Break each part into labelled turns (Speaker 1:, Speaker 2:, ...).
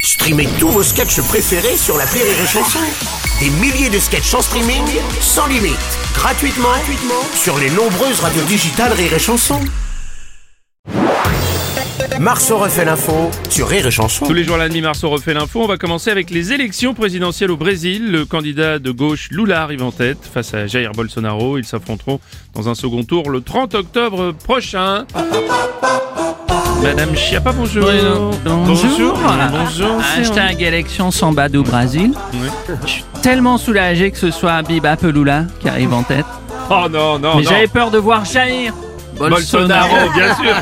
Speaker 1: Streamez tous vos sketchs préférés sur la Rire et Chanson. Des milliers de sketchs en streaming, sans limite, gratuitement, gratuitement sur les nombreuses radios digitales Rire et Chanson. Marceau refait l'info sur Rire et Chanson.
Speaker 2: Tous les jours à la demi mars, on refait l'info. On va commencer avec les élections présidentielles au Brésil. Le candidat de gauche Lula arrive en tête face à Jair Bolsonaro. Ils s'affronteront dans un second tour le 30 octobre prochain. Madame Chiappa, bonjour.
Speaker 3: Bonjour.
Speaker 2: Bonjour.
Speaker 3: Hashtag élection samba du Brésil. Je suis tellement soulagé que ce soit Biba Peloula qui arrive en tête.
Speaker 2: Oh non, non,
Speaker 3: Mais
Speaker 2: non.
Speaker 3: j'avais peur de voir Jair Bolsonaro.
Speaker 2: Bolsonaro, bien sûr.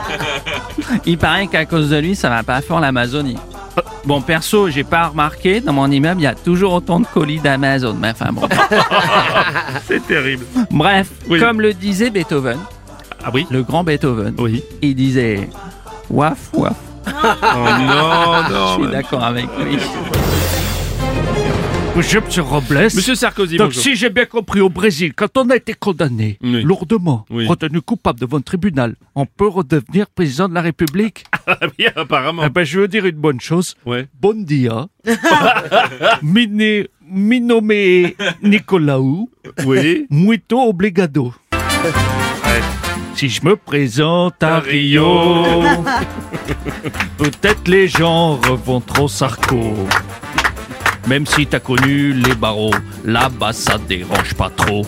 Speaker 3: Il paraît qu'à cause de lui, ça va pas fort l'Amazonie.
Speaker 2: Euh.
Speaker 3: Bon, perso, j'ai pas remarqué, dans mon immeuble, il y a toujours autant de colis d'Amazon. Mais enfin bon.
Speaker 2: C'est terrible.
Speaker 3: Bref,
Speaker 2: Oui.
Speaker 3: comme le disait Beethoven,
Speaker 2: Ah oui
Speaker 3: le grand Beethoven,
Speaker 2: Oui.
Speaker 3: il disait Waf, waf.
Speaker 2: Oh non, non.
Speaker 3: Je suis d'accord avec lui. Bonjour, monsieur Robles.
Speaker 2: Monsieur Sarkozy,
Speaker 3: Donc,
Speaker 2: bonjour.
Speaker 3: si j'ai bien compris, au Brésil, quand on a été condamné
Speaker 2: Oui.
Speaker 3: lourdement,
Speaker 2: Oui.
Speaker 3: retenu coupable devant le tribunal, on peut redevenir président de la République
Speaker 2: Ah oui, apparemment.
Speaker 3: Eh ben, je veux dire une bonne chose.
Speaker 2: Ouais.
Speaker 3: Bon dia. Miné, minome Nicolaou.
Speaker 2: Oui.
Speaker 3: Muito obligado. Si je me présente à Rio, peut-être les gens reventront Sarko. Même si t'as connu les barreaux, là-bas ça dérange pas trop.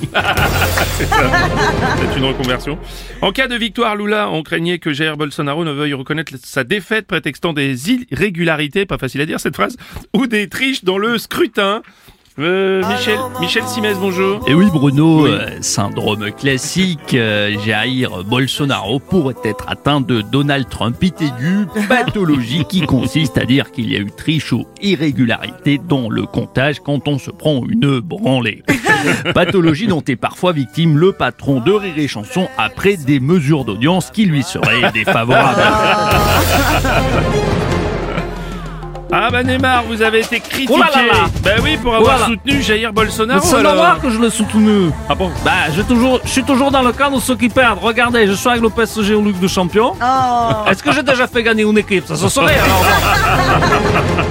Speaker 2: C'est une reconversion. En cas de victoire, Lula, on craignait que Jair Bolsonaro ne veuille reconnaître sa défaite, prétextant des irrégularités, pas facile à dire cette phrase, ou des triches dans le scrutin. Euh, Michel, Michel Simès, bonjour.
Speaker 3: Et oui Bruno,
Speaker 2: Oui.
Speaker 3: euh, syndrome classique, euh, Jair Bolsonaro pourrait être atteint de Donald Trumpite aiguë, pathologie qui consiste à dire qu'il y a eu triche ou irrégularité dans le comptage quand on se prend une branlée. Pathologie dont est parfois victime le patron de Rire et Chanson après des mesures d'audience qui lui seraient défavorables.
Speaker 2: Ah bah Neymar, vous avez été critiqué.
Speaker 3: Oh là là là.
Speaker 2: Bah oui, pour avoir
Speaker 3: Oh là là.
Speaker 2: soutenu Jair Bolsonaro.
Speaker 3: C'est
Speaker 2: alors.
Speaker 3: que je le soutenu.
Speaker 2: Ah bon
Speaker 3: Bah, je, toujours, je suis toujours dans le camp de ceux qui perdent. Regardez, je suis avec le PSG au Ligue de Champion. Est-ce que j'ai déjà fait gagner une équipe Ça se serait alors.